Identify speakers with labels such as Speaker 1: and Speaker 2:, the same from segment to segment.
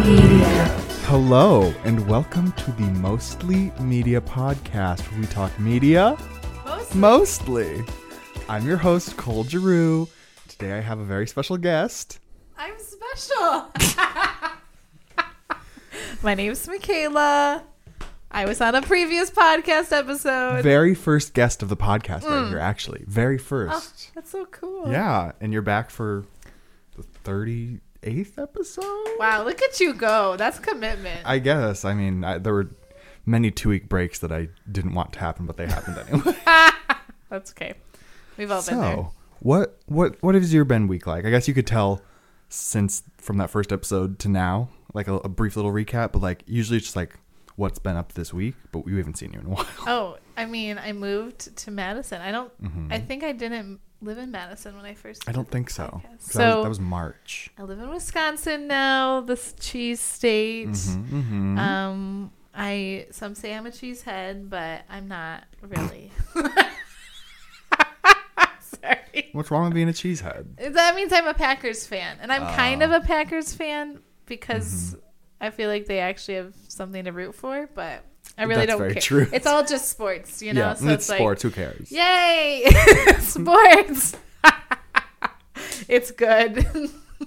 Speaker 1: Media.
Speaker 2: Hello, and welcome to the Mostly Media Podcast, where we talk media mostly. I'm your host, Cole Giroux. Today I have a very special guest.
Speaker 1: I'm special. My name's Michaela. I was on a previous podcast episode.
Speaker 2: Very first guest of the podcast right here, actually. Very first.
Speaker 1: That's so cool.
Speaker 2: Yeah, and you're back for the 38th episode?
Speaker 1: Wow, look at you go. That's commitment.
Speaker 2: I guess. I mean, I, there were many two week breaks that I didn't want to happen, but they happened anyway.
Speaker 1: That's okay. We've all been there.
Speaker 2: So, what what what has your been week like? I guess you could tell since from that first episode to now, like a, a brief little recap. But like usually, it's just like what's been up this week. But we haven't seen you in a while.
Speaker 1: Oh, I mean, I moved to Madison. I don't, I think I didn't live in Madison when I first
Speaker 2: Mm-hmm. I don't think so. 'Cause
Speaker 1: Podcast.
Speaker 2: that,
Speaker 1: So-
Speaker 2: was, that was March.
Speaker 1: I live in Wisconsin now, this cheese state.
Speaker 2: Mm-hmm,
Speaker 1: Um, I some say I'm a cheese head, but I'm not really. Sorry.
Speaker 2: What's wrong with being a cheesehead?
Speaker 1: That means I'm a Packers fan, and I'm
Speaker 2: Ah.
Speaker 1: kind of a Packers fan because
Speaker 2: Mm-hmm.
Speaker 1: I feel like they actually have something to root for, but I really
Speaker 2: That's
Speaker 1: don't
Speaker 2: very
Speaker 1: care.
Speaker 2: true.
Speaker 1: It's all just sports, you know.
Speaker 2: yeah,
Speaker 1: so
Speaker 2: and it's,
Speaker 1: it's, like
Speaker 2: sports. Who cares?
Speaker 1: Yay! Sports. it's good.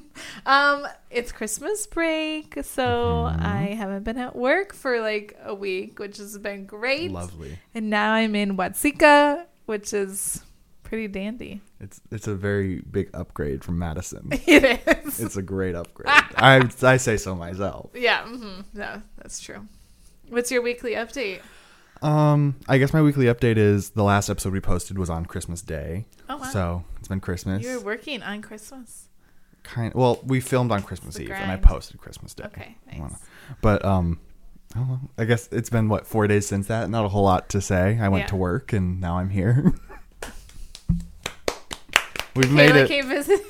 Speaker 1: um, it's Christmas break, so
Speaker 2: Mm-hmm.
Speaker 1: I haven't been at work for like a week, which has been great.
Speaker 2: Lovely.
Speaker 1: And now I'm in Watsika, which is pretty dandy.
Speaker 2: It's it's a very big upgrade from Madison.
Speaker 1: It is.
Speaker 2: it's a great upgrade. I I say so myself.
Speaker 1: yeah. hmm No, that's true. What's your weekly update?
Speaker 2: Um, I guess my weekly update is the last episode we posted was on Christmas Day.
Speaker 1: Oh, wow.
Speaker 2: So it's been Christmas.
Speaker 1: You're working on Christmas.
Speaker 2: kind well we filmed on christmas
Speaker 1: the
Speaker 2: eve and i
Speaker 1: grind.
Speaker 2: posted christmas day
Speaker 1: Okay,
Speaker 2: I don't
Speaker 1: nice.
Speaker 2: know. but um I, don't know. I guess it's been what four days since that not a whole lot to say i went
Speaker 1: Yeah.
Speaker 2: to work and now i'm here we've made
Speaker 1: Kayla
Speaker 2: it
Speaker 1: came visit.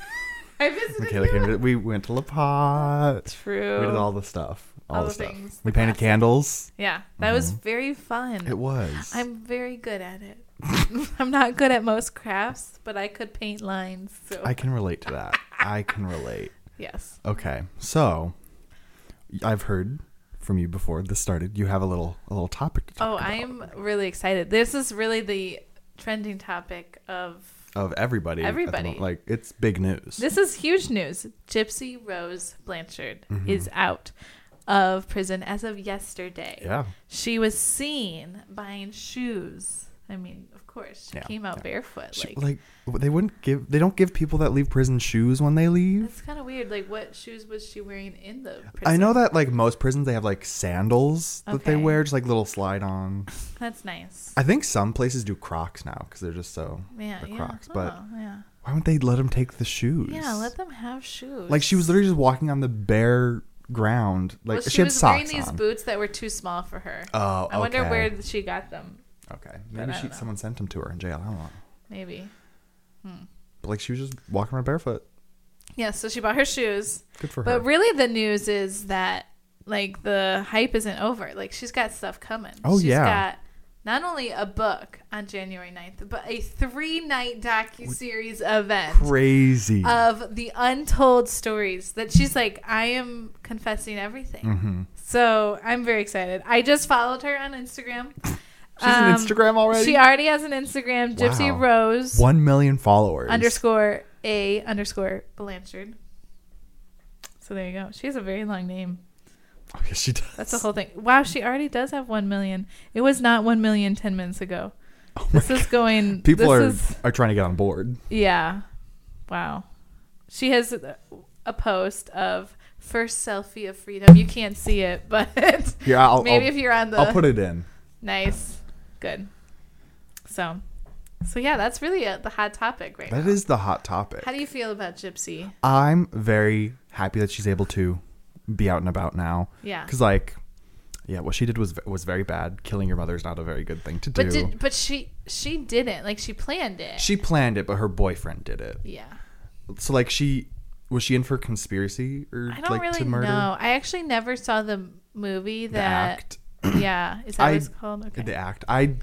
Speaker 1: I visited.
Speaker 2: Michaela
Speaker 1: you.
Speaker 2: came to- we went to la pot
Speaker 1: True.
Speaker 2: we did all the stuff all,
Speaker 1: All
Speaker 2: the,
Speaker 1: the
Speaker 2: stuff
Speaker 1: things,
Speaker 2: we
Speaker 1: the
Speaker 2: painted
Speaker 1: classics.
Speaker 2: candles
Speaker 1: Yeah, that was very fun.
Speaker 2: Mm-hmm. it was
Speaker 1: I'm very good at it. I'm not good at most crafts, but I could paint lines. So
Speaker 2: i can relate to that i can relate
Speaker 1: yes,
Speaker 2: okay so i've heard from you before this started you have a little a little topic to talk
Speaker 1: oh,
Speaker 2: about
Speaker 1: I am really excited. This is really the trending topic of
Speaker 2: of everybody. at the
Speaker 1: Everybody.
Speaker 2: moment. like it's big news.
Speaker 1: this is huge news. Gypsy Rose Blanchard
Speaker 2: Mm-hmm.
Speaker 1: is out of prison as of yesterday.
Speaker 2: yeah,
Speaker 1: She was seen buying shoes. I mean, of course, she
Speaker 2: Yeah,
Speaker 1: came out
Speaker 2: yeah.
Speaker 1: barefoot.
Speaker 2: Sh-
Speaker 1: like,
Speaker 2: like, they wouldn't give. They don't give people that leave prison shoes when they leave.
Speaker 1: that's kind of weird. Like, what shoes was she wearing in the prison?
Speaker 2: I know that like most prisons they have like sandals that they
Speaker 1: Okay.
Speaker 2: wear, just like little slide on.
Speaker 1: That's nice.
Speaker 2: I think some places do Crocs now because they're just so
Speaker 1: Yeah,
Speaker 2: they're
Speaker 1: yeah.
Speaker 2: Crocs. But
Speaker 1: oh, yeah.
Speaker 2: why wouldn't they let them take the shoes?
Speaker 1: Yeah, let them have shoes.
Speaker 2: like she was literally just walking on the bare ground. Like
Speaker 1: Well,
Speaker 2: she,
Speaker 1: she,
Speaker 2: had
Speaker 1: was
Speaker 2: socks
Speaker 1: wearing these
Speaker 2: on.
Speaker 1: boots that were too small for her.
Speaker 2: Oh,
Speaker 1: I wonder
Speaker 2: okay.
Speaker 1: where she got them.
Speaker 2: okay, maybe
Speaker 1: I
Speaker 2: she
Speaker 1: don't know.
Speaker 2: someone sent them to her in jail. I don't know.
Speaker 1: Maybe.
Speaker 2: But like she was just walking around barefoot.
Speaker 1: Yeah, so she bought her shoes.
Speaker 2: Good for her.
Speaker 1: But really the news is that like the hype isn't over. Like she's got stuff coming.
Speaker 2: Oh,
Speaker 1: She's
Speaker 2: yeah.
Speaker 1: got not only a book on January 9th, but a three-night docu-series event.
Speaker 2: Crazy.
Speaker 1: of the untold stories that she's like, I am confessing everything.
Speaker 2: Mm-hmm.
Speaker 1: So I'm very excited. I just followed her on Instagram. Um,
Speaker 2: She's on Instagram already?
Speaker 1: She already has an Instagram, Gypsy
Speaker 2: Wow.
Speaker 1: Rose
Speaker 2: One million followers.
Speaker 1: underscore A underscore Blanchard. So there you go. She has a very long name.
Speaker 2: Oh, yes, she does.
Speaker 1: That's the whole thing. Wow, she already does have 1 million. It was not 1 million 10 minutes ago. this is going.
Speaker 2: Oh, People
Speaker 1: this
Speaker 2: are
Speaker 1: is-
Speaker 2: are trying to get on board.
Speaker 1: Yeah. Wow. She has a a post of first selfie of freedom. You can't see it, but
Speaker 2: Here, I'll
Speaker 1: maybe
Speaker 2: I'll,
Speaker 1: if you're on the
Speaker 2: I'll put it in.
Speaker 1: nice, good. So, so yeah, that's really a, the hot topic right
Speaker 2: That
Speaker 1: now.
Speaker 2: is the hot topic.
Speaker 1: How do you feel about Gypsy?
Speaker 2: I'm very happy that she's able to be out and about now.
Speaker 1: Yeah.
Speaker 2: Because like, yeah, what she did was was very bad. Killing your mother is not a very good thing to do.
Speaker 1: But did, but she she didn't like she planned it.
Speaker 2: she planned it, but her boyfriend did it.
Speaker 1: yeah.
Speaker 2: So like, she was she in for conspiracy or
Speaker 1: I don't
Speaker 2: like
Speaker 1: really
Speaker 2: to murder
Speaker 1: know. I actually never saw the movie
Speaker 2: the
Speaker 1: that.
Speaker 2: act?
Speaker 1: Yeah, is that
Speaker 2: I-
Speaker 1: what it's called? Okay.
Speaker 2: the act. I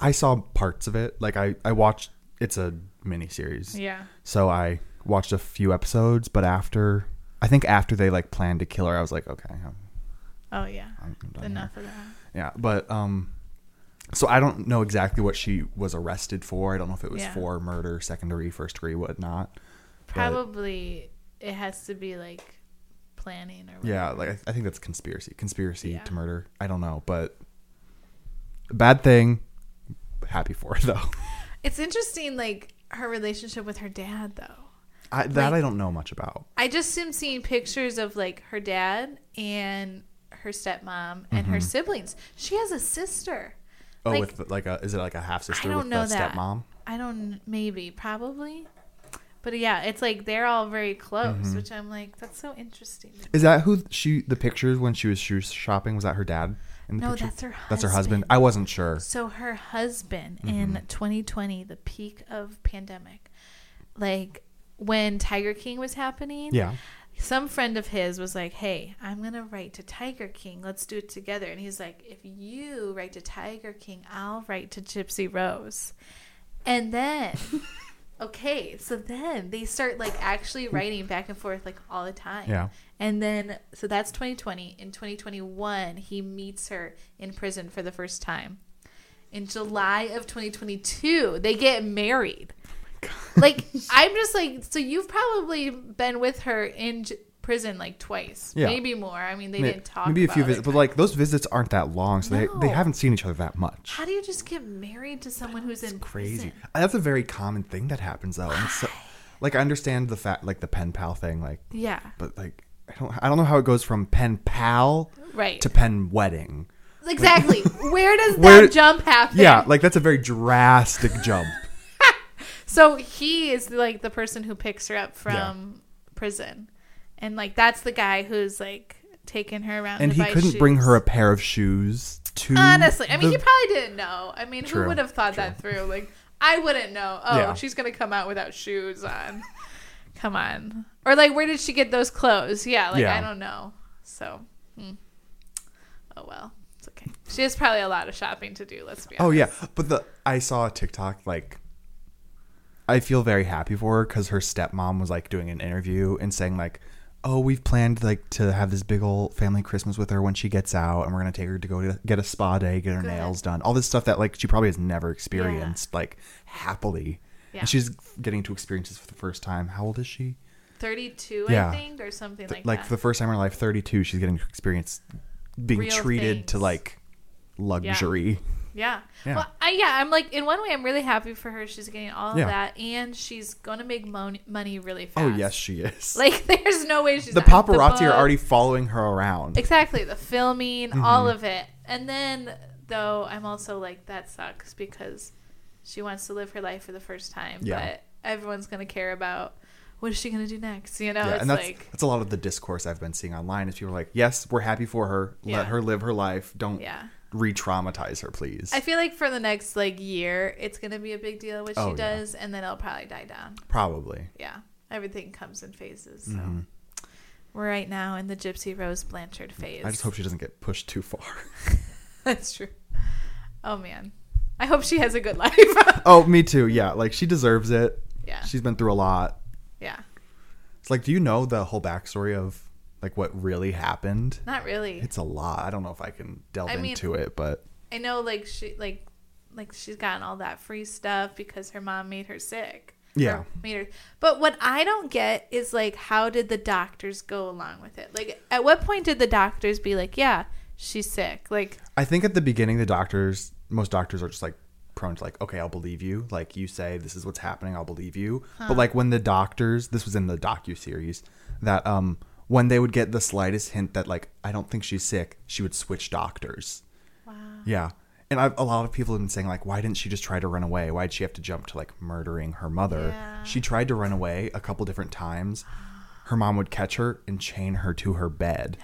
Speaker 2: I saw parts of it. Like I I watched. It's a miniseries.
Speaker 1: yeah.
Speaker 2: So I watched a few episodes, but after I think after they like planned to kill her, I was like, okay, I'm,
Speaker 1: Oh yeah.
Speaker 2: I'm done. here.
Speaker 1: Enough of that.
Speaker 2: Yeah, but um, so I don't know exactly what she was arrested for. I don't know if it was
Speaker 1: Yeah.
Speaker 2: for murder, secondary, first degree, whatnot. But,
Speaker 1: Probably it has to be like planning or whatever.
Speaker 2: yeah, like I- I think that's conspiracy, conspiracy
Speaker 1: Yeah.
Speaker 2: to murder. I don't know, but bad thing. Happy for her, though.
Speaker 1: It's interesting, like her relationship with her dad, though.
Speaker 2: I, that
Speaker 1: Like-
Speaker 2: I don't know much about.
Speaker 1: I just am seeing pictures of like her dad and her stepmom and
Speaker 2: Mm-hmm.
Speaker 1: her siblings. She has a sister.
Speaker 2: Oh,
Speaker 1: Like-
Speaker 2: with like a is it like a half
Speaker 1: I
Speaker 2: sister
Speaker 1: don't
Speaker 2: with
Speaker 1: know
Speaker 2: the
Speaker 1: that.
Speaker 2: stepmom?
Speaker 1: I don't. Maybe. Probably. But yeah, it's like they're all very close,
Speaker 2: Mm-hmm.
Speaker 1: which I'm like, that's so interesting.
Speaker 2: Is that who she the pictures when she was shoe shopping? Was that her dad? In the
Speaker 1: No,
Speaker 2: picture?
Speaker 1: that's her
Speaker 2: That's her husband.
Speaker 1: husband.
Speaker 2: I wasn't sure.
Speaker 1: So her husband in
Speaker 2: Mm-hmm.
Speaker 1: 2020, the peak of pandemic, like when Tiger King was happening,
Speaker 2: Yeah.
Speaker 1: some friend of his was like, "Hey, I'm gonna write to Tiger King. Let's do it together." And he's like, "If you write to Tiger King, I'll write to Gypsy Rose." And then, okay, so then they start like actually writing back and forth like all the time.
Speaker 2: Yeah.
Speaker 1: And then, so that's 2020. In 2021, he meets her in prison for the first time. In July of 2022, they get married.
Speaker 2: Oh
Speaker 1: Like, I'm just like, so you've probably been with her in j- prison like twice,
Speaker 2: Yeah.
Speaker 1: maybe more. I mean, they
Speaker 2: May-
Speaker 1: didn't talk.
Speaker 2: Maybe a few
Speaker 1: about it.
Speaker 2: visits, but like those visits aren't that long, so they they
Speaker 1: No.
Speaker 2: haven't seen each other that much.
Speaker 1: How do you just get married to someone who's in
Speaker 2: Crazy.
Speaker 1: prison?
Speaker 2: That's a very common thing that happens though. And so, like I understand the fact, like the pen pal thing, like,
Speaker 1: Yeah,
Speaker 2: but like I don't I don't know how it goes from pen pal
Speaker 1: right.
Speaker 2: to pen wedding.
Speaker 1: exactly. Where does
Speaker 2: Where-
Speaker 1: that jump happen?
Speaker 2: Yeah, like that's a very drastic jump.
Speaker 1: So he is like the person who picks her up from prison, and like that's the guy who's like taking her around.
Speaker 2: And
Speaker 1: to
Speaker 2: he
Speaker 1: buy
Speaker 2: couldn't bring
Speaker 1: shoes.
Speaker 2: her a pair of shoes to
Speaker 1: Honestly, I mean,
Speaker 2: the-
Speaker 1: he probably didn't know. I mean,
Speaker 2: True,
Speaker 1: who would have thought that through? Like, I wouldn't know. Oh,
Speaker 2: Yeah.
Speaker 1: she's gonna come out without shoes on. come on, or like, where did she get those clothes? Yeah, like
Speaker 2: Yeah.
Speaker 1: I don't know. So, hmm. oh well, it's okay. She has probably a lot of shopping to do. Let's be honest.
Speaker 2: Oh yeah, but the I saw a TikTok like. I feel very happy for her because her stepmom was like doing an interview and saying like, "Oh, we've planned like to have this big old family Christmas with her when she gets out, and we're gonna take her to go to get a spa day, get her
Speaker 1: Good.
Speaker 2: nails done, all this stuff that like she probably has never experienced like happily,
Speaker 1: Yeah.
Speaker 2: and she's getting to experience this for the first time. How old is she?
Speaker 1: thirty-two,
Speaker 2: Yeah.
Speaker 1: I think, or something
Speaker 2: Th-
Speaker 1: like,
Speaker 2: like
Speaker 1: that.
Speaker 2: for the first time in her life, thirty-two, she's getting to experience being
Speaker 1: Real
Speaker 2: treated to
Speaker 1: things.
Speaker 2: like luxury.
Speaker 1: Yeah.
Speaker 2: Yeah.
Speaker 1: Well, I, yeah, I'm like, in one way, I'm really happy for her. She's getting all
Speaker 2: Yeah.
Speaker 1: of that, and she's going to make mon- money really fast.
Speaker 2: Oh yes, she is.
Speaker 1: Like, there's no way she's
Speaker 2: the
Speaker 1: not.
Speaker 2: paparazzi are
Speaker 1: book-
Speaker 2: already following her around.
Speaker 1: Exactly. The filming, all
Speaker 2: Mm-hmm.
Speaker 1: of it. And then, though, I'm also like, that sucks because she wants to live her life for the first time,
Speaker 2: Yeah.
Speaker 1: but everyone's going to care about what is she going to do next? You know,
Speaker 2: yeah,
Speaker 1: it's
Speaker 2: and that's
Speaker 1: like,
Speaker 2: that's a lot of the discourse I've been seeing online is people are like, yes, we're happy for her,
Speaker 1: Yeah.
Speaker 2: let her live her life, don't
Speaker 1: yeah.
Speaker 2: re-traumatize her, please.
Speaker 1: I feel like for the next like year, it's going to be a big deal what she
Speaker 2: Oh, yeah.
Speaker 1: does, and then it'll probably die down.
Speaker 2: Probably.
Speaker 1: yeah, everything comes in phases. So
Speaker 2: Mm-hmm.
Speaker 1: we're right now in the Gypsy Rose Blanchard phase.
Speaker 2: I just hope she doesn't get pushed too far.
Speaker 1: that's true. Oh man, I hope she has a good life.
Speaker 2: oh, me too. Yeah, like she deserves it.
Speaker 1: yeah,
Speaker 2: She's been through a lot.
Speaker 1: yeah,
Speaker 2: It's like, do you know the whole backstory of like what really happened?
Speaker 1: not really.
Speaker 2: It's a lot. I don't know if I can delve
Speaker 1: I mean-
Speaker 2: into it, but
Speaker 1: I know, like she, like, like she's gotten all that free stuff because her mom made her sick.
Speaker 2: Yeah.
Speaker 1: Or made her. But what I don't get is like, how did the doctors go along with it? Like, at what point did the doctors be like, yeah, she's sick? Like,
Speaker 2: I think at the beginning, the doctors, most doctors are just like prone to like, okay, I'll believe you. Like you say, this is what's happening, I'll believe you. But like when the doctors, this was in the docu series, that um when they would get the slightest hint that like I don't think she's sick, she would switch doctors.
Speaker 1: wow.
Speaker 2: Yeah. And I've, a lot of people have been saying like, why didn't she just try to run away? Why did she have to jump to like murdering her mother?
Speaker 1: Yeah.
Speaker 2: She tried to run away a couple different times. Her mom would catch her and chain her to her bed.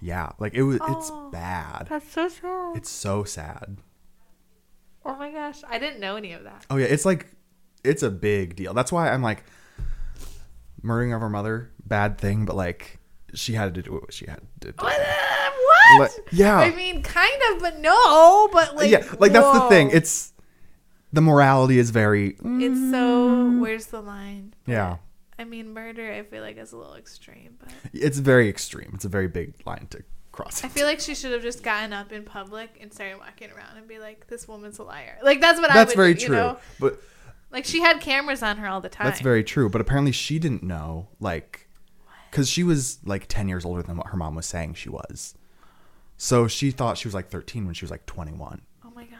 Speaker 2: Yeah, like it was. It's
Speaker 1: Oh.
Speaker 2: bad.
Speaker 1: That's so sad.
Speaker 2: It's so sad.
Speaker 1: Oh my gosh, I didn't know any of that.
Speaker 2: Oh yeah, it's like it's a big deal. That's why I'm like murdering of her mother, bad thing, but like she had to do what she had to do.
Speaker 1: What? uh, what?
Speaker 2: Like, yeah. Uh,
Speaker 1: I mean, kind of, but no. But like,
Speaker 2: yeah, like that's the thing.
Speaker 1: whoa.
Speaker 2: It's the morality is very mm,
Speaker 1: Mm. it's so. Where's the line?
Speaker 2: yeah.
Speaker 1: I mean, murder. I feel like is a little extreme, but
Speaker 2: It's very extreme. It's a very big line to cross.
Speaker 1: I feel like she should have just gotten up in public and started walking around and be like, "This woman's a liar." Like that's what I.
Speaker 2: That's
Speaker 1: would
Speaker 2: very
Speaker 1: do, you
Speaker 2: true.
Speaker 1: know?
Speaker 2: But
Speaker 1: Like she had cameras on her all the time.
Speaker 2: that's very true. But apparently she didn't know, like, because she was like 10 years older than what her mom was saying she was. So she thought she was like 13 when she was like 21.
Speaker 1: Oh my gosh.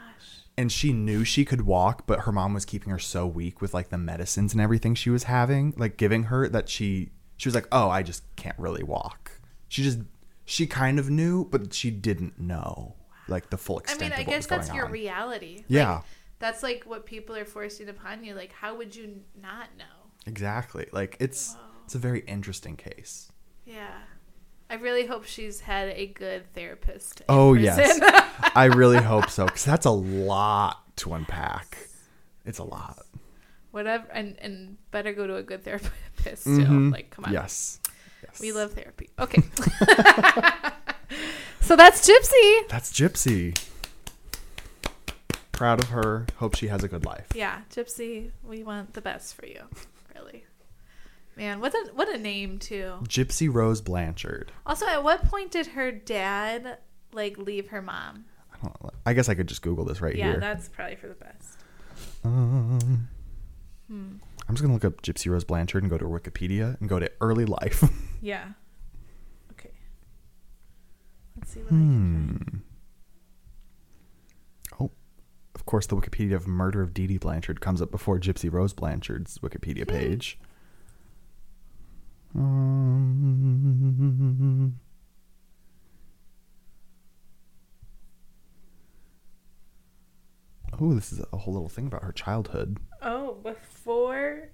Speaker 2: and she knew she could walk, but her mom was keeping her so weak with like the medicines and everything she was having, like giving her that she she was like, "Oh, I just can't really walk." She just she kind of knew, but she didn't know like the full
Speaker 1: I
Speaker 2: extent
Speaker 1: mean, I
Speaker 2: of what was
Speaker 1: guess
Speaker 2: going
Speaker 1: that's your
Speaker 2: on.
Speaker 1: reality. Like,
Speaker 2: yeah,
Speaker 1: that's like what people are forcing upon you. Like, how would you not know?
Speaker 2: exactly. Like it's it's a very interesting case.
Speaker 1: Yeah. I really hope she's had a good therapist. in
Speaker 2: Oh
Speaker 1: prison.
Speaker 2: yes, I really hope so because that's a lot to unpack. It's a lot.
Speaker 1: Whatever, and and better go to a good therapist. Too.
Speaker 2: Mhm.
Speaker 1: Like, come on.
Speaker 2: Yes. yes,
Speaker 1: We love therapy. Okay. so that's Gypsy.
Speaker 2: That's Gypsy. Proud of her. Hope she has a good life.
Speaker 1: Yeah, Gypsy. We want the best for you, really. Man, what a what a name too.
Speaker 2: Gypsy Rose Blanchard.
Speaker 1: Also, at what point did her dad like leave her mom?
Speaker 2: I don't. I guess I could just Google this right
Speaker 1: Yeah,
Speaker 2: here.
Speaker 1: that's probably for the best.
Speaker 2: um, I'm just gonna look up Gypsy Rose Blanchard and go to Wikipedia and go to early life.
Speaker 1: Yeah. Okay. Let's see what I can
Speaker 2: hmm. Oh, of course, the Wikipedia of murder of Dee Dee Blanchard comes up before Gypsy Rose Blanchard's Wikipedia page. Um, oh, this is a whole little thing about her childhood.
Speaker 1: find. Oh, before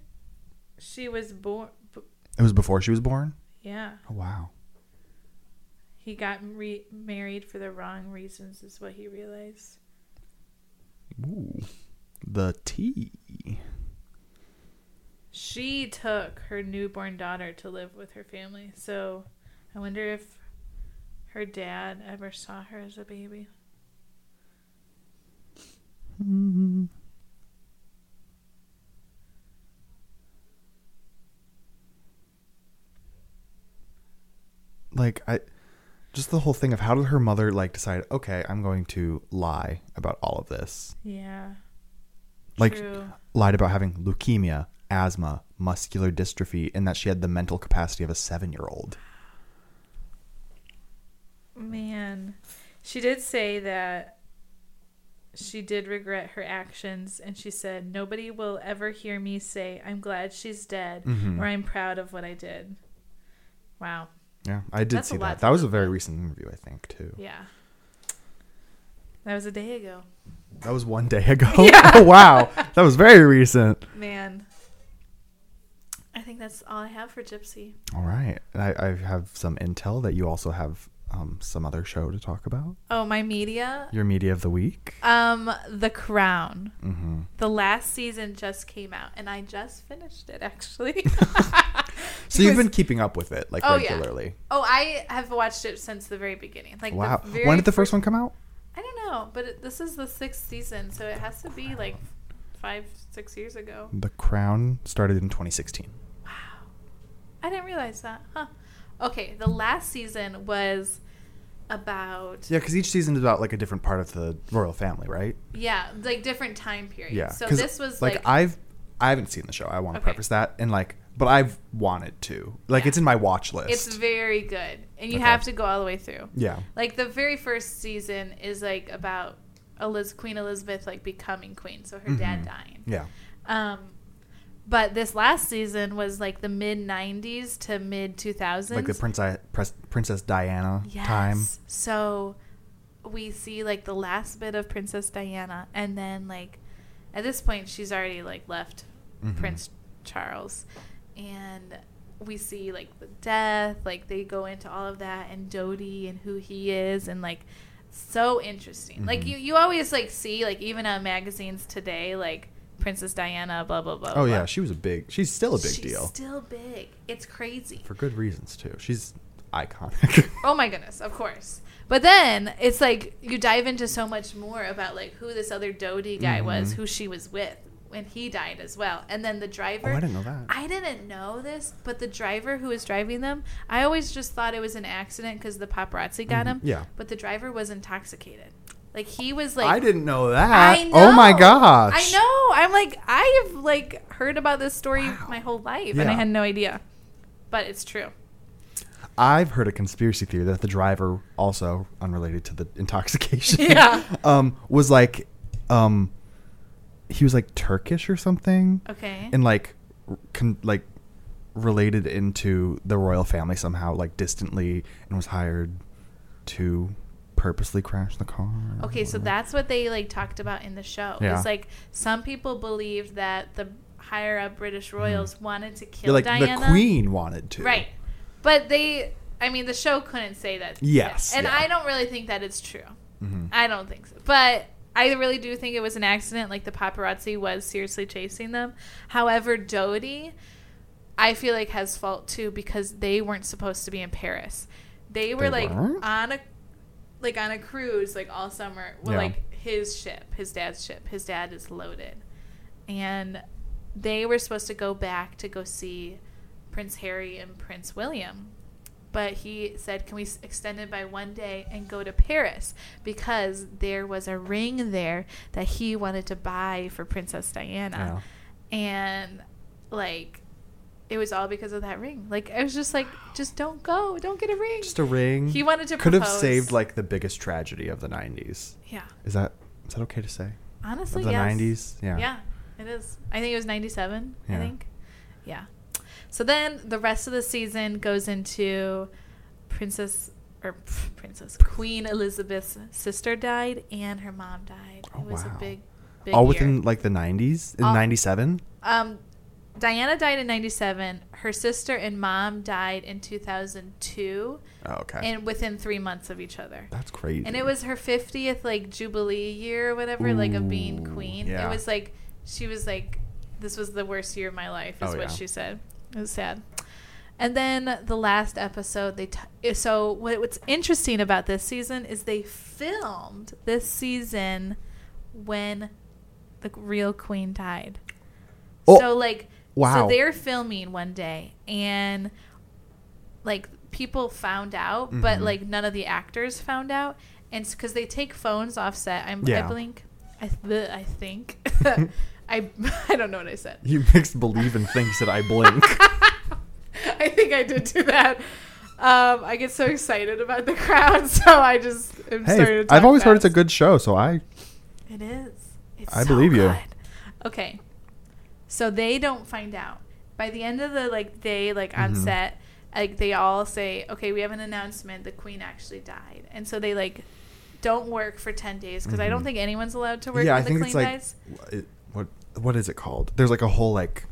Speaker 1: she was born. b-
Speaker 2: It was before she was born.
Speaker 1: Yeah,
Speaker 2: Oh wow.
Speaker 1: he got re- married for the wrong reasons, is what he realized.
Speaker 2: Ooh, the tea.
Speaker 1: She took her newborn daughter to live with her family. So I wonder if her dad ever saw her as a baby.
Speaker 2: like I just the whole thing of how did her mother like decide, okay, I'm going to lie about all of this.
Speaker 1: Yeah.
Speaker 2: Like
Speaker 1: True.
Speaker 2: lied about having leukemia, asthma, muscular dystrophy, and that she had the mental capacity of a seven year old.
Speaker 1: Man, she did say that she did regret her actions, and she said, Nobody will ever hear me say, I'm glad she's dead, or I'm proud of what I did. Wow.
Speaker 2: Yeah, I did
Speaker 1: That's a
Speaker 2: see
Speaker 1: lot
Speaker 2: that.
Speaker 1: to
Speaker 2: That was a
Speaker 1: live
Speaker 2: very
Speaker 1: with.
Speaker 2: recent interview, I think, too.
Speaker 1: Yeah. That was a day ago.
Speaker 2: That was one day ago.
Speaker 1: Yeah.
Speaker 2: oh wow. That was very recent.
Speaker 1: Man. I think that's all I have for Gypsy.
Speaker 2: All right. And I, I have some intel that you also have um, some other show to talk about.
Speaker 1: Oh, my media.
Speaker 2: Your media of the week.
Speaker 1: Um, The Crown.
Speaker 2: Mm-hmm.
Speaker 1: The last season just came out, and I just finished it actually.
Speaker 2: So you've
Speaker 1: Because-
Speaker 2: been keeping up with it like
Speaker 1: Oh, yeah.
Speaker 2: regularly.
Speaker 1: Oh, I have watched it since the very beginning. Like
Speaker 2: Wow.
Speaker 1: The very
Speaker 2: when did the first one come out?
Speaker 1: I don't know, but it, this is the sixth season, so it has to be like five, six years ago.
Speaker 2: The Crown started in 2016.
Speaker 1: I didn't realize that. Huh. Okay, the last season was about yeah,
Speaker 2: Yeah, because each season is about like a different part of the royal family, right?
Speaker 1: like different time periods.
Speaker 2: Yeah.
Speaker 1: So
Speaker 2: 'cause,
Speaker 1: this was like,
Speaker 2: I've I haven't seen the show. I want to
Speaker 1: Okay.
Speaker 2: preface that and like, but I've wanted to. Like,
Speaker 1: Yeah.
Speaker 2: it's in my watch list.
Speaker 1: it's very good, and you
Speaker 2: Okay.
Speaker 1: have to go all the way through.
Speaker 2: yeah.
Speaker 1: Like the very first season is like about Eliz- Queen Elizabeth like becoming queen, so her dad
Speaker 2: Mhm.
Speaker 1: dying.
Speaker 2: Yeah.
Speaker 1: Um, but this last season was like the mid '90s to mid 2000s.
Speaker 2: Like the princess Pres- Princess Diana time.
Speaker 1: So we see like the last bit of Princess Diana, and then like at this point she's already like left
Speaker 2: Mhm.
Speaker 1: Prince Charles, and we see like the death. Like they go into all of that and Dodie and who he is, and like so interesting. Like
Speaker 2: Mhm.
Speaker 1: you, you always like see like even on magazines today like Princess Diana, blah blah blah.
Speaker 2: Oh
Speaker 1: blah.
Speaker 2: yeah, she was a big. She's still a big
Speaker 1: She's
Speaker 2: deal
Speaker 1: Still big. It's crazy.
Speaker 2: for good reasons too. She's iconic.
Speaker 1: Oh my goodness, of course. But then it's like you dive into so much more about like who this other Dodie guy was,
Speaker 2: Mhm.
Speaker 1: who she was with, and he died as well. And then the driver.
Speaker 2: Oh, I didn't know that.
Speaker 1: I didn't know this, but the driver who was driving them, I always just thought it was an accident because the paparazzi got him.
Speaker 2: Mm-hmm. yeah.
Speaker 1: But the driver was intoxicated. Like he was like.
Speaker 2: I didn't know that.
Speaker 1: I know.
Speaker 2: Oh my gosh.
Speaker 1: I know. I'm like I have like heard about this story
Speaker 2: Wow.
Speaker 1: my whole life, and I
Speaker 2: Yeah.
Speaker 1: had no idea. But it's true.
Speaker 2: I've heard a conspiracy theory that the driver, also unrelated to the intoxication,
Speaker 1: Yeah.
Speaker 2: um, was like, um, he was like Turkish or something,
Speaker 1: Okay.
Speaker 2: and like, r- con- like, related into the royal family somehow, like distantly, and was hired to purposely crash the car. or
Speaker 1: Okay, so
Speaker 2: whatever.
Speaker 1: that's what they like talked about in the show. It
Speaker 2: Yeah.
Speaker 1: was like some people believed that the higher up British royals wanted to kill
Speaker 2: Mm. Yeah, like
Speaker 1: Diana.
Speaker 2: the queen wanted to,
Speaker 1: Right. But they I mean the show couldn't say that.
Speaker 2: Yes,
Speaker 1: And
Speaker 2: yeah.
Speaker 1: I don't really think that it's true.
Speaker 2: hmm
Speaker 1: I don't think so. But I really do think it was an accident like the paparazzi was seriously chasing them. However, Dodie I feel like has fault too because they weren't supposed to be in Paris. They were
Speaker 2: They
Speaker 1: like
Speaker 2: weren't?
Speaker 1: on a like on a cruise like all summer well,
Speaker 2: Yeah.
Speaker 1: like his ship, his dad's ship. His dad is loaded. And they were supposed to go back to go see Prince Harry and Prince William. But he said, "Can we s- extend it by one day and go to Paris because there was a ring there that he wanted to buy for Princess Diana." And like it was all because of that ring. Like I was just like, "Just don't go. Don't get a ring."
Speaker 2: Just a ring.
Speaker 1: He wanted to
Speaker 2: could have
Speaker 1: propose.
Speaker 2: saved like the biggest tragedy of the '90s.
Speaker 1: yeah.
Speaker 2: Is that is that okay to say?
Speaker 1: Honestly,
Speaker 2: of the
Speaker 1: yes.
Speaker 2: 90s? Yeah.
Speaker 1: Yeah, it is. I think it was 97, I
Speaker 2: Yeah.
Speaker 1: think. Yeah. So then the rest of the season goes into Princess or pff, Princess Queen Elizabeth's sister died and her mom died.
Speaker 2: Oh,
Speaker 1: it was
Speaker 2: wow.
Speaker 1: a big big
Speaker 2: all
Speaker 1: year.
Speaker 2: within like the 90s in
Speaker 1: All-
Speaker 2: 97
Speaker 1: um Diana died in 97. Her sister and mom died in 2002
Speaker 2: oh, okay
Speaker 1: and within 3 months of each other.
Speaker 2: that's crazy
Speaker 1: And it was her 50th like jubilee year or whatever, like of being
Speaker 2: Ooh,
Speaker 1: queen.
Speaker 2: yeah.
Speaker 1: It was like she was like this was the worst year of my life is
Speaker 2: Oh, yeah.
Speaker 1: what she said. It was sad. And then the last episode they t- so what, what's interesting about this season is they filmed this season when the real queen died.
Speaker 2: Oh,
Speaker 1: so like
Speaker 2: wow.
Speaker 1: so they're filming one day and like people found out, but
Speaker 2: Mhm.
Speaker 1: like none of the actors found out, and because they take phones off set. I'm
Speaker 2: Yeah.
Speaker 1: I blink, I th- I think I I don't know what I said.
Speaker 2: you mixed believe and thinks that i blink
Speaker 1: I think I did do that. Um, I get so excited about the crowd, so I just am
Speaker 2: hey
Speaker 1: starting to
Speaker 2: i've
Speaker 1: talk
Speaker 2: always heard it's a
Speaker 1: fast.
Speaker 2: good show so i
Speaker 1: It is. It's
Speaker 2: I believe you.
Speaker 1: Okay. So they don't find out. By the end of the like day, like on
Speaker 2: Mhm.
Speaker 1: set, like they all say, "Okay, we have an announcement. The queen actually died," and so they like don't work for ten days because I don't
Speaker 2: Mhm.
Speaker 1: think anyone's allowed to work
Speaker 2: yeah
Speaker 1: when
Speaker 2: i
Speaker 1: the
Speaker 2: think
Speaker 1: queen
Speaker 2: it's like
Speaker 1: dies.
Speaker 2: it, what what is it called there's like a whole like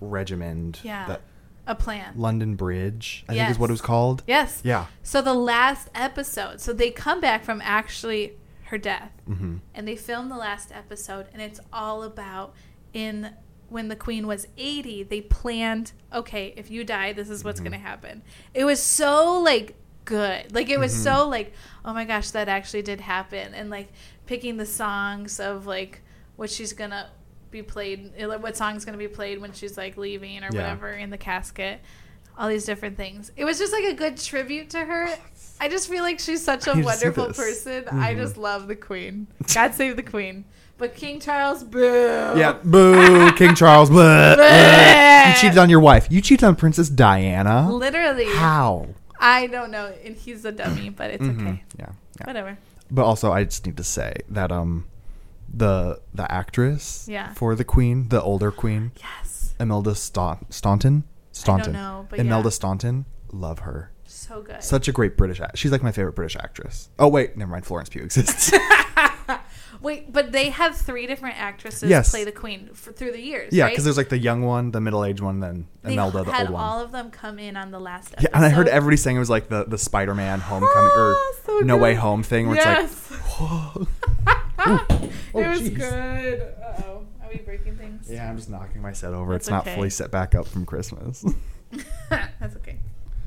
Speaker 2: regiment
Speaker 1: Yeah.
Speaker 2: that-
Speaker 1: A plan.
Speaker 2: london bridge i think is what
Speaker 1: Yes.
Speaker 2: it was called
Speaker 1: yes.
Speaker 2: yeah
Speaker 1: So the last episode. So they come back from actually her death.
Speaker 2: mm-hmm.
Speaker 1: and they filmed the last episode and it's all about in when the queen was 80 they planned okay if you die this is what's
Speaker 2: Mhm.
Speaker 1: going to happen it was so like good like it was
Speaker 2: Mm-hmm.
Speaker 1: so like oh my gosh that actually did happen and like picking the songs of like what she's going to be played uh, what song's going to be played when she's like leaving or
Speaker 2: Yeah.
Speaker 1: whatever in the casket all these different things it was just like a good tribute to her i just feel like she's such
Speaker 2: I
Speaker 1: a
Speaker 2: need to see
Speaker 1: wonderful
Speaker 2: this.
Speaker 1: person i
Speaker 2: Mhm.
Speaker 1: just love the queen. God save the queen. But King Charles, boo.
Speaker 2: yeah boo king charles blah, blah. you cheated on your wife you cheated on princess diana
Speaker 1: Literally.
Speaker 2: how
Speaker 1: I don't know. And he's a dummy, but it's
Speaker 2: Mhm.
Speaker 1: okay.
Speaker 2: yeah yeah
Speaker 1: Whatever.
Speaker 2: But also, I just need to say that um, the the actress
Speaker 1: Yeah.
Speaker 2: for the queen, the older queen,
Speaker 1: Yes.
Speaker 2: Imelda Staun- Staunton, Staunton,
Speaker 1: know, but
Speaker 2: Imelda
Speaker 1: yeah.
Speaker 2: Staunton, love her.
Speaker 1: So good.
Speaker 2: Such a great British. Act- She's like my favorite British actress. Oh wait, never mind. Florence Pugh exists.
Speaker 1: Wait, but they have three different actresses
Speaker 2: Yes.
Speaker 1: play the queen for, through the years.
Speaker 2: yeah,
Speaker 1: right?
Speaker 2: because there's like the young one, the middle aged one, then
Speaker 1: they
Speaker 2: Imelda, the
Speaker 1: had
Speaker 2: old
Speaker 1: all
Speaker 2: one.
Speaker 1: of them come in on the last
Speaker 2: Yeah,
Speaker 1: episode.
Speaker 2: and I heard everybody saying it was like the the Spider Man Homecoming or
Speaker 1: Ah, so
Speaker 2: No Way
Speaker 1: good.
Speaker 2: Home thing, where it's
Speaker 1: yes.
Speaker 2: like, whoa. Oh,
Speaker 1: it was
Speaker 2: jeez.
Speaker 1: good. Uh oh. Are we breaking things?
Speaker 2: Yeah, I'm just knocking my set over.
Speaker 1: That's
Speaker 2: it's not
Speaker 1: okay.
Speaker 2: fully set back up from Christmas.
Speaker 1: that's okay.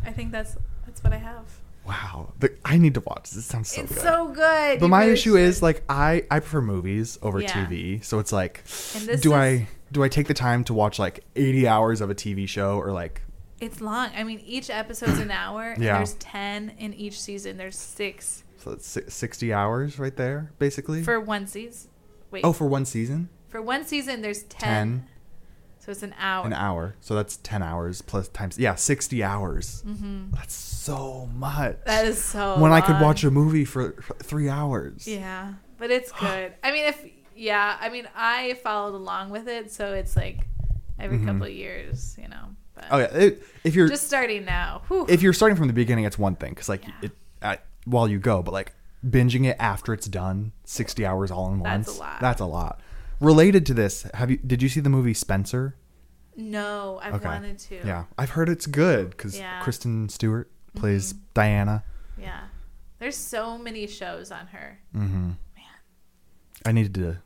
Speaker 1: I think that's that's what I have.
Speaker 2: wow, the, I need to watch. This It sounds so
Speaker 1: it's
Speaker 2: good.
Speaker 1: so good.
Speaker 2: but
Speaker 1: You
Speaker 2: my
Speaker 1: really
Speaker 2: issue
Speaker 1: should.
Speaker 2: is like I I prefer movies over
Speaker 1: Yeah.
Speaker 2: TV, so it's like,
Speaker 1: And this
Speaker 2: do
Speaker 1: is-
Speaker 2: I do I take the time to watch like 80 hours of a TV show or like
Speaker 1: it's long. I mean, each episode's an hour. and
Speaker 2: Yeah.
Speaker 1: There's ten in each season. There's six
Speaker 2: so that's si- 60 hours right there basically?
Speaker 1: for one season. Wait,
Speaker 2: oh, for one season,
Speaker 1: for one season there's ten.
Speaker 2: 10,
Speaker 1: So it's an hour.
Speaker 2: an hour. So that's 10 hours plus times yeah, 60 hours.
Speaker 1: Mm-hmm.
Speaker 2: That's so much.
Speaker 1: That is so.
Speaker 2: when I could
Speaker 1: long.
Speaker 2: watch a movie for for 3 hours.
Speaker 1: Yeah, but it's good. I mean, if yeah, I mean, I followed along with it, so it's like every
Speaker 2: Mhm.
Speaker 1: couple of years, you know. But
Speaker 2: Oh yeah, it, if you're
Speaker 1: just starting now. Whew.
Speaker 2: if you're starting from the beginning, it's one thing because like
Speaker 1: Yeah.
Speaker 2: it at, while you go, but like binging it after it's done, sixty hours all in once.
Speaker 1: That's a lot.
Speaker 2: That's a lot. Related to this, have you did you see the movie Spencer?
Speaker 1: no, I've wanted to.
Speaker 2: Yeah, I've heard it's good because
Speaker 1: Yeah. Mm-hmm.
Speaker 2: Kristen Stewart plays Diana.
Speaker 1: Yeah. There's so many shows on her.
Speaker 2: I needed to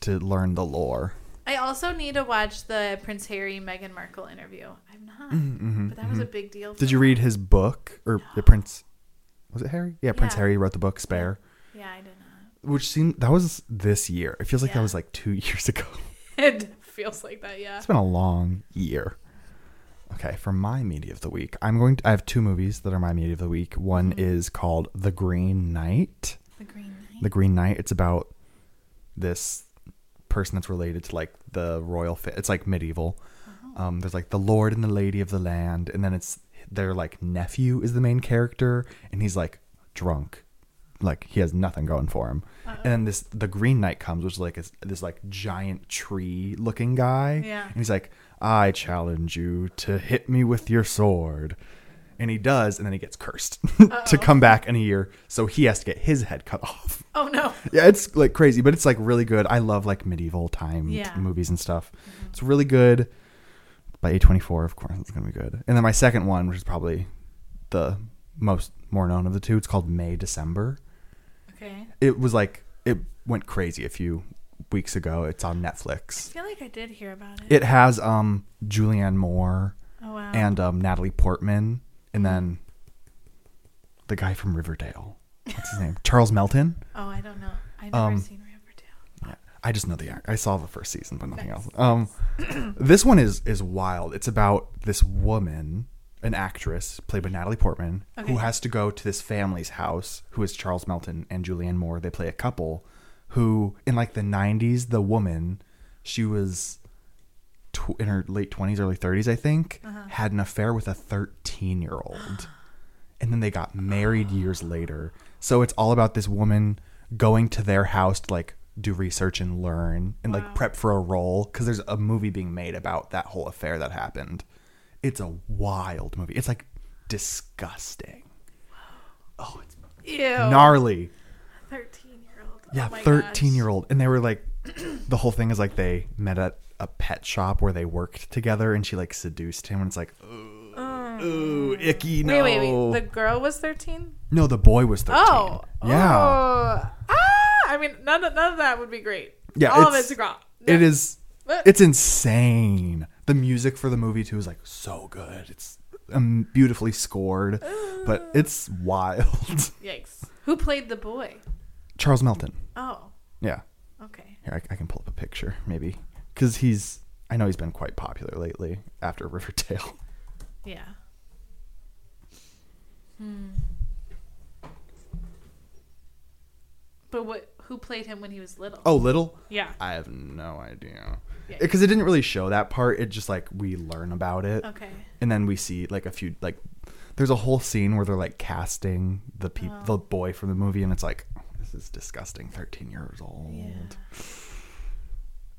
Speaker 2: to learn the lore.
Speaker 1: I also need to watch the Prince Harry Meghan Markle interview. I'm not, but that was a big deal.
Speaker 2: Mm-hmm, Did
Speaker 1: for
Speaker 2: you
Speaker 1: me.
Speaker 2: read his book or the Prince? Was it Harry? Yeah, Prince
Speaker 1: Yeah.
Speaker 2: Harry wrote the book Spare,
Speaker 1: Yeah, I did
Speaker 2: which seemed that was this year. It feels like that
Speaker 1: Yeah.
Speaker 2: was like two years ago.
Speaker 1: not. It feels like that. Yeah.
Speaker 2: It's been a long year. Okay, for my media of the week, I'm going to I have two movies that are my media of the week. One is called The Green Knight.
Speaker 1: The Green Knight.
Speaker 2: The Green Knight, it's about this person that's related to like the royal fa- it's like medieval. Um there's like the lord and the lady of the land and then it's their like nephew is the main character and he's like drunk. Like he has nothing going for him. And then this the Green Knight comes, which is like this, this like giant tree looking guy.
Speaker 1: Yeah.
Speaker 2: And he's like, I challenge you to hit me with your sword. And he does, and then he gets cursed to come back in a year. So he has to get his head cut off.
Speaker 1: Oh no.
Speaker 2: Yeah, it's like crazy, but it's like really good. I love like medieval time
Speaker 1: Yeah.
Speaker 2: movies and stuff. It's really good. By A24, of course, it's going to be good. And then my second one, which is probably the most more known of the two, it's called May December
Speaker 1: Okay.
Speaker 2: it was like it went crazy a few weeks ago. It's on
Speaker 1: I
Speaker 2: Netflix.
Speaker 1: feel like I did hear about it.
Speaker 2: It has um Julianne Moore
Speaker 1: oh wow.
Speaker 2: and um Natalie Portman and then the guy from Riverdale. What's his name? Charles Melton.
Speaker 1: oh, I don't know. I've never
Speaker 2: Um,
Speaker 1: seen Riverdale.
Speaker 2: Yeah. I just know the act. I saw the first season, but nothing else. Um, this one is is wild. It's about this woman, an actress played by Natalie Portman,
Speaker 1: Okay.
Speaker 2: who has to go to this family's house, who is Charles Melton and Julianne Moore. They play a couple, who in like the '90s, the woman, she was tw- in her late 20s, early 30s, I think, had an affair with a 13 year old. and then they got married years later. So it's all about this woman going to their house to like do research and learn and like prep for a role because there's a movie being made about that whole affair that happened. It's a wild movie. It's like disgusting, Oh,
Speaker 1: Ew.
Speaker 2: gnarly.
Speaker 1: 13 year old.
Speaker 2: Yeah, 13 year old. And they were like, the whole thing is like they met at a pet shop where they worked together and she like seduced him. And it's like, ooh, ooh icky, no.
Speaker 1: Oh. Wait, wait, wait. The girl was 13?
Speaker 2: No, the boy was 13.
Speaker 1: Oh.
Speaker 2: Yeah.
Speaker 1: Oh. Ah, I mean, none of, none of that would be great.
Speaker 2: Yeah,
Speaker 1: All of
Speaker 2: it's-
Speaker 1: it's great.
Speaker 2: It is,
Speaker 1: What?
Speaker 2: it's insane. The music for the movie too is like so good. It's um, beautifully scored, but it's wild.
Speaker 1: Yikes. Who played the boy?
Speaker 2: Charles Melton.
Speaker 1: Oh,
Speaker 2: Yeah.
Speaker 1: okay.
Speaker 2: Here, I, I can pull up a picture, maybe. Because he's, I know he's been quite popular lately after Riverdale.
Speaker 1: Yeah. Hmm. But what? Who played him when he was little?
Speaker 2: Oh, Little?
Speaker 1: Yeah.
Speaker 2: I have no idea.
Speaker 1: Yeah.
Speaker 2: Because it didn't really show that part. It just like we learn about it.
Speaker 1: Okay.
Speaker 2: And then we see like a few, like, there's a whole scene where they're like casting the peop-
Speaker 1: Oh.
Speaker 2: the boy from the movie, and it's like, this is disgusting. 13 years old.
Speaker 1: Yeah.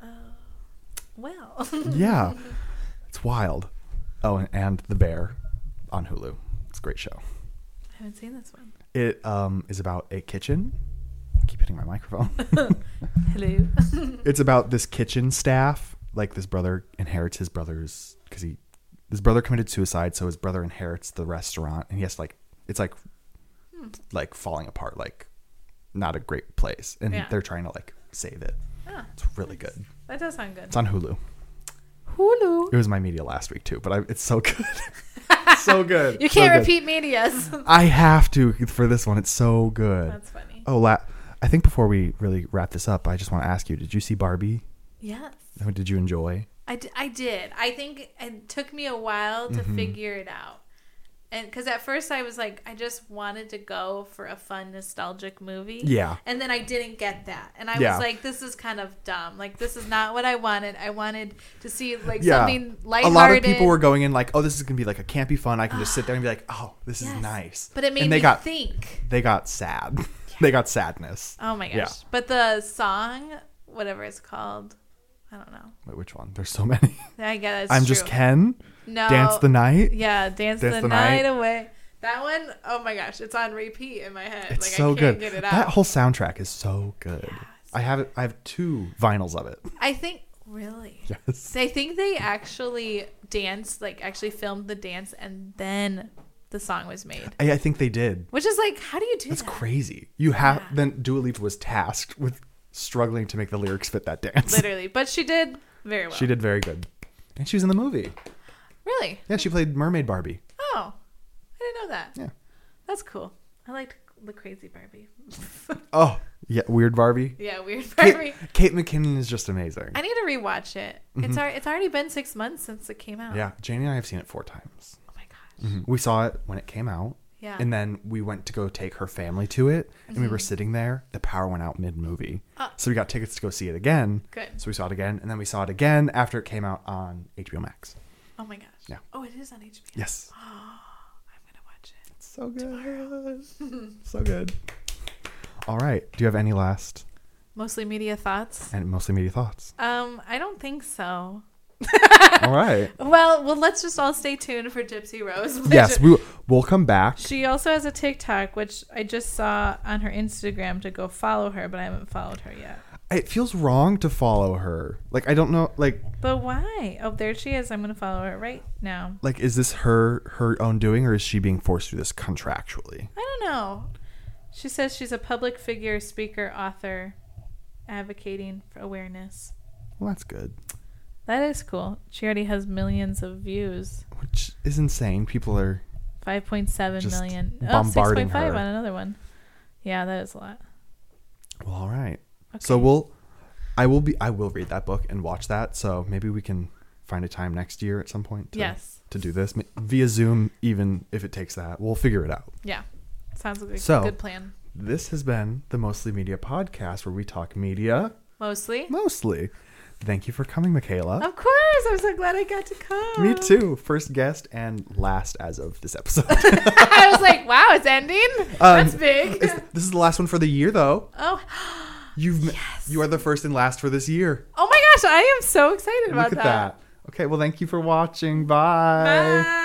Speaker 1: Oh. Well.
Speaker 2: Yeah. It's wild. Oh, and, and The Bear on Hulu. It's a great show.
Speaker 1: I haven't seen this one.
Speaker 2: It um, is about a kitchen. I keep hitting my microphone.
Speaker 1: Hello.
Speaker 2: it's about this kitchen staff. Like this brother inherits his brother's because he his brother committed suicide, so his brother inherits the restaurant, and he has to like it's like
Speaker 1: Hmm.
Speaker 2: like falling apart, like not a great place, and
Speaker 1: Yeah.
Speaker 2: they're trying to like save it.
Speaker 1: Ah,
Speaker 2: It's really good.
Speaker 1: that does sound good.
Speaker 2: It's on Hulu.
Speaker 1: Hulu.
Speaker 2: It was my media last week too, but I, it's so good. so good.
Speaker 1: You
Speaker 2: So
Speaker 1: can't
Speaker 2: good.
Speaker 1: repeat medias.
Speaker 2: I have to for this one. It's so good.
Speaker 1: That's funny.
Speaker 2: oh, la- I think before we really wrap this up, I just want to ask you: Did you see Barbie?
Speaker 1: Yes.
Speaker 2: What Did you enjoy?
Speaker 1: I, d- I did. I think it took me a while to
Speaker 2: Mm-hmm.
Speaker 1: figure it out. And because at first I was like, I just wanted to go for a fun, nostalgic movie.
Speaker 2: Yeah.
Speaker 1: And then I didn't get that. And I
Speaker 2: Yeah.
Speaker 1: was like, this is kind of dumb. Like, this is not what I wanted. I wanted to see, like,
Speaker 2: Yeah.
Speaker 1: something
Speaker 2: A
Speaker 1: lighthearted.
Speaker 2: lot of people were going in like, "Oh, this is gonna be like a campy fun. I can just sit there and be like, oh, this
Speaker 1: Yes.
Speaker 2: is nice."
Speaker 1: But it made
Speaker 2: and they
Speaker 1: me
Speaker 2: got
Speaker 1: think.
Speaker 2: they got sad. they got sadness.
Speaker 1: Oh my gosh.
Speaker 2: Yeah.
Speaker 1: But the song, whatever it's called, I don't know.
Speaker 2: Wait, which one? There's so many.
Speaker 1: I guess
Speaker 2: I'm just Ken.
Speaker 1: no,
Speaker 2: Dance the night.
Speaker 1: Yeah, dance,
Speaker 2: Dance
Speaker 1: the,
Speaker 2: the
Speaker 1: night.
Speaker 2: Night. away.
Speaker 1: away. That one, oh my gosh, it's on repeat in my head.
Speaker 2: It's
Speaker 1: like
Speaker 2: so
Speaker 1: I can't
Speaker 2: good.
Speaker 1: get it out.
Speaker 2: That whole soundtrack is so good. I have it. I have two vinyls of it.
Speaker 1: I think really.
Speaker 2: Yes.
Speaker 1: I think they actually danced, like actually filmed the dance and then the song was made.
Speaker 2: I, I think they did.
Speaker 1: Which is like, how do you do
Speaker 2: That's
Speaker 1: that?
Speaker 2: crazy. You have
Speaker 1: Yeah.
Speaker 2: then Dua Lipa was tasked with struggling to make the lyrics fit that dance.
Speaker 1: Literally. But she did very well.
Speaker 2: She did very good, and she was in the movie.
Speaker 1: Really?
Speaker 2: Yeah, she played Mermaid Barbie.
Speaker 1: Oh. I didn't know that.
Speaker 2: Yeah.
Speaker 1: That's cool. I liked the crazy Barbie.
Speaker 2: Oh yeah, weird Barbie.
Speaker 1: yeah, weird Barbie.
Speaker 2: Kate, Kate McKinnon is just amazing.
Speaker 1: I need to rewatch it. It's al- it's already been six months since it came out.
Speaker 2: Mm-hmm. Yeah, Janie and I have seen it four times.
Speaker 1: Oh my gosh.
Speaker 2: We saw it when it came out.
Speaker 1: Yeah. Mm-hmm.
Speaker 2: And then we went to go take her family to it, and we were sitting there. The power went out mid movie,
Speaker 1: Ah.
Speaker 2: so we got tickets to go see it again.
Speaker 1: Good.
Speaker 2: So we saw it again, and then we saw it again after it came out on HBO Max.
Speaker 1: Oh my gosh.
Speaker 2: Yeah.
Speaker 1: Oh, it is on HBO.
Speaker 2: Yes.
Speaker 1: I'm gonna watch it.
Speaker 2: It's so good. so good. All right. Do you have any last
Speaker 1: Mostly media thoughts.
Speaker 2: and mostly media thoughts?
Speaker 1: Um, I don't think so.
Speaker 2: All right.
Speaker 1: Well, well, let's just all stay tuned for Gypsy Rose. which-
Speaker 2: yes, we we'll come back.
Speaker 1: She also has a TikTok, which I just saw on her Instagram to go follow her, but I haven't followed her yet.
Speaker 2: It feels wrong to follow her. Like I don't know. Like
Speaker 1: But why? Oh, there she is. I'm gonna follow her right now.
Speaker 2: like is this her her own doing or is she being forced through this contractually?
Speaker 1: I don't know. She says she's a public figure, speaker, author, advocating for awareness.
Speaker 2: Well, that's good.
Speaker 1: That is cool. She already has millions of views.
Speaker 2: Which is insane. People are
Speaker 1: Five point seven
Speaker 2: Just
Speaker 1: million.
Speaker 2: bombarding
Speaker 1: oh, 6.5
Speaker 2: her.
Speaker 1: on another one. Yeah, that is a lot.
Speaker 2: well. All right. So
Speaker 1: Okay.
Speaker 2: we'll. I will be. I will read that book and watch that. So maybe we can find a time next year at some point. To,
Speaker 1: Yes.
Speaker 2: To do this Ma- via Zoom, even if it takes that, we'll figure it out.
Speaker 1: Yeah. Sounds like a
Speaker 2: So-
Speaker 1: good plan.
Speaker 2: This has been the Mostly Media podcast, where we talk media
Speaker 1: Mostly.
Speaker 2: mostly. Thank you for coming, Michaela.
Speaker 1: Of course. I'm so glad I got to come.
Speaker 2: Me too. First guest and last as of this episode.
Speaker 1: I was like, wow, it's ending. That's big.
Speaker 2: Um, It's- this is the last one for the year, though.
Speaker 1: oh.
Speaker 2: You've you are the first and last for this year.
Speaker 1: Oh my gosh, I am so excited about
Speaker 2: Look at that. Okay, well, thank you for watching. Bye.
Speaker 1: Bye.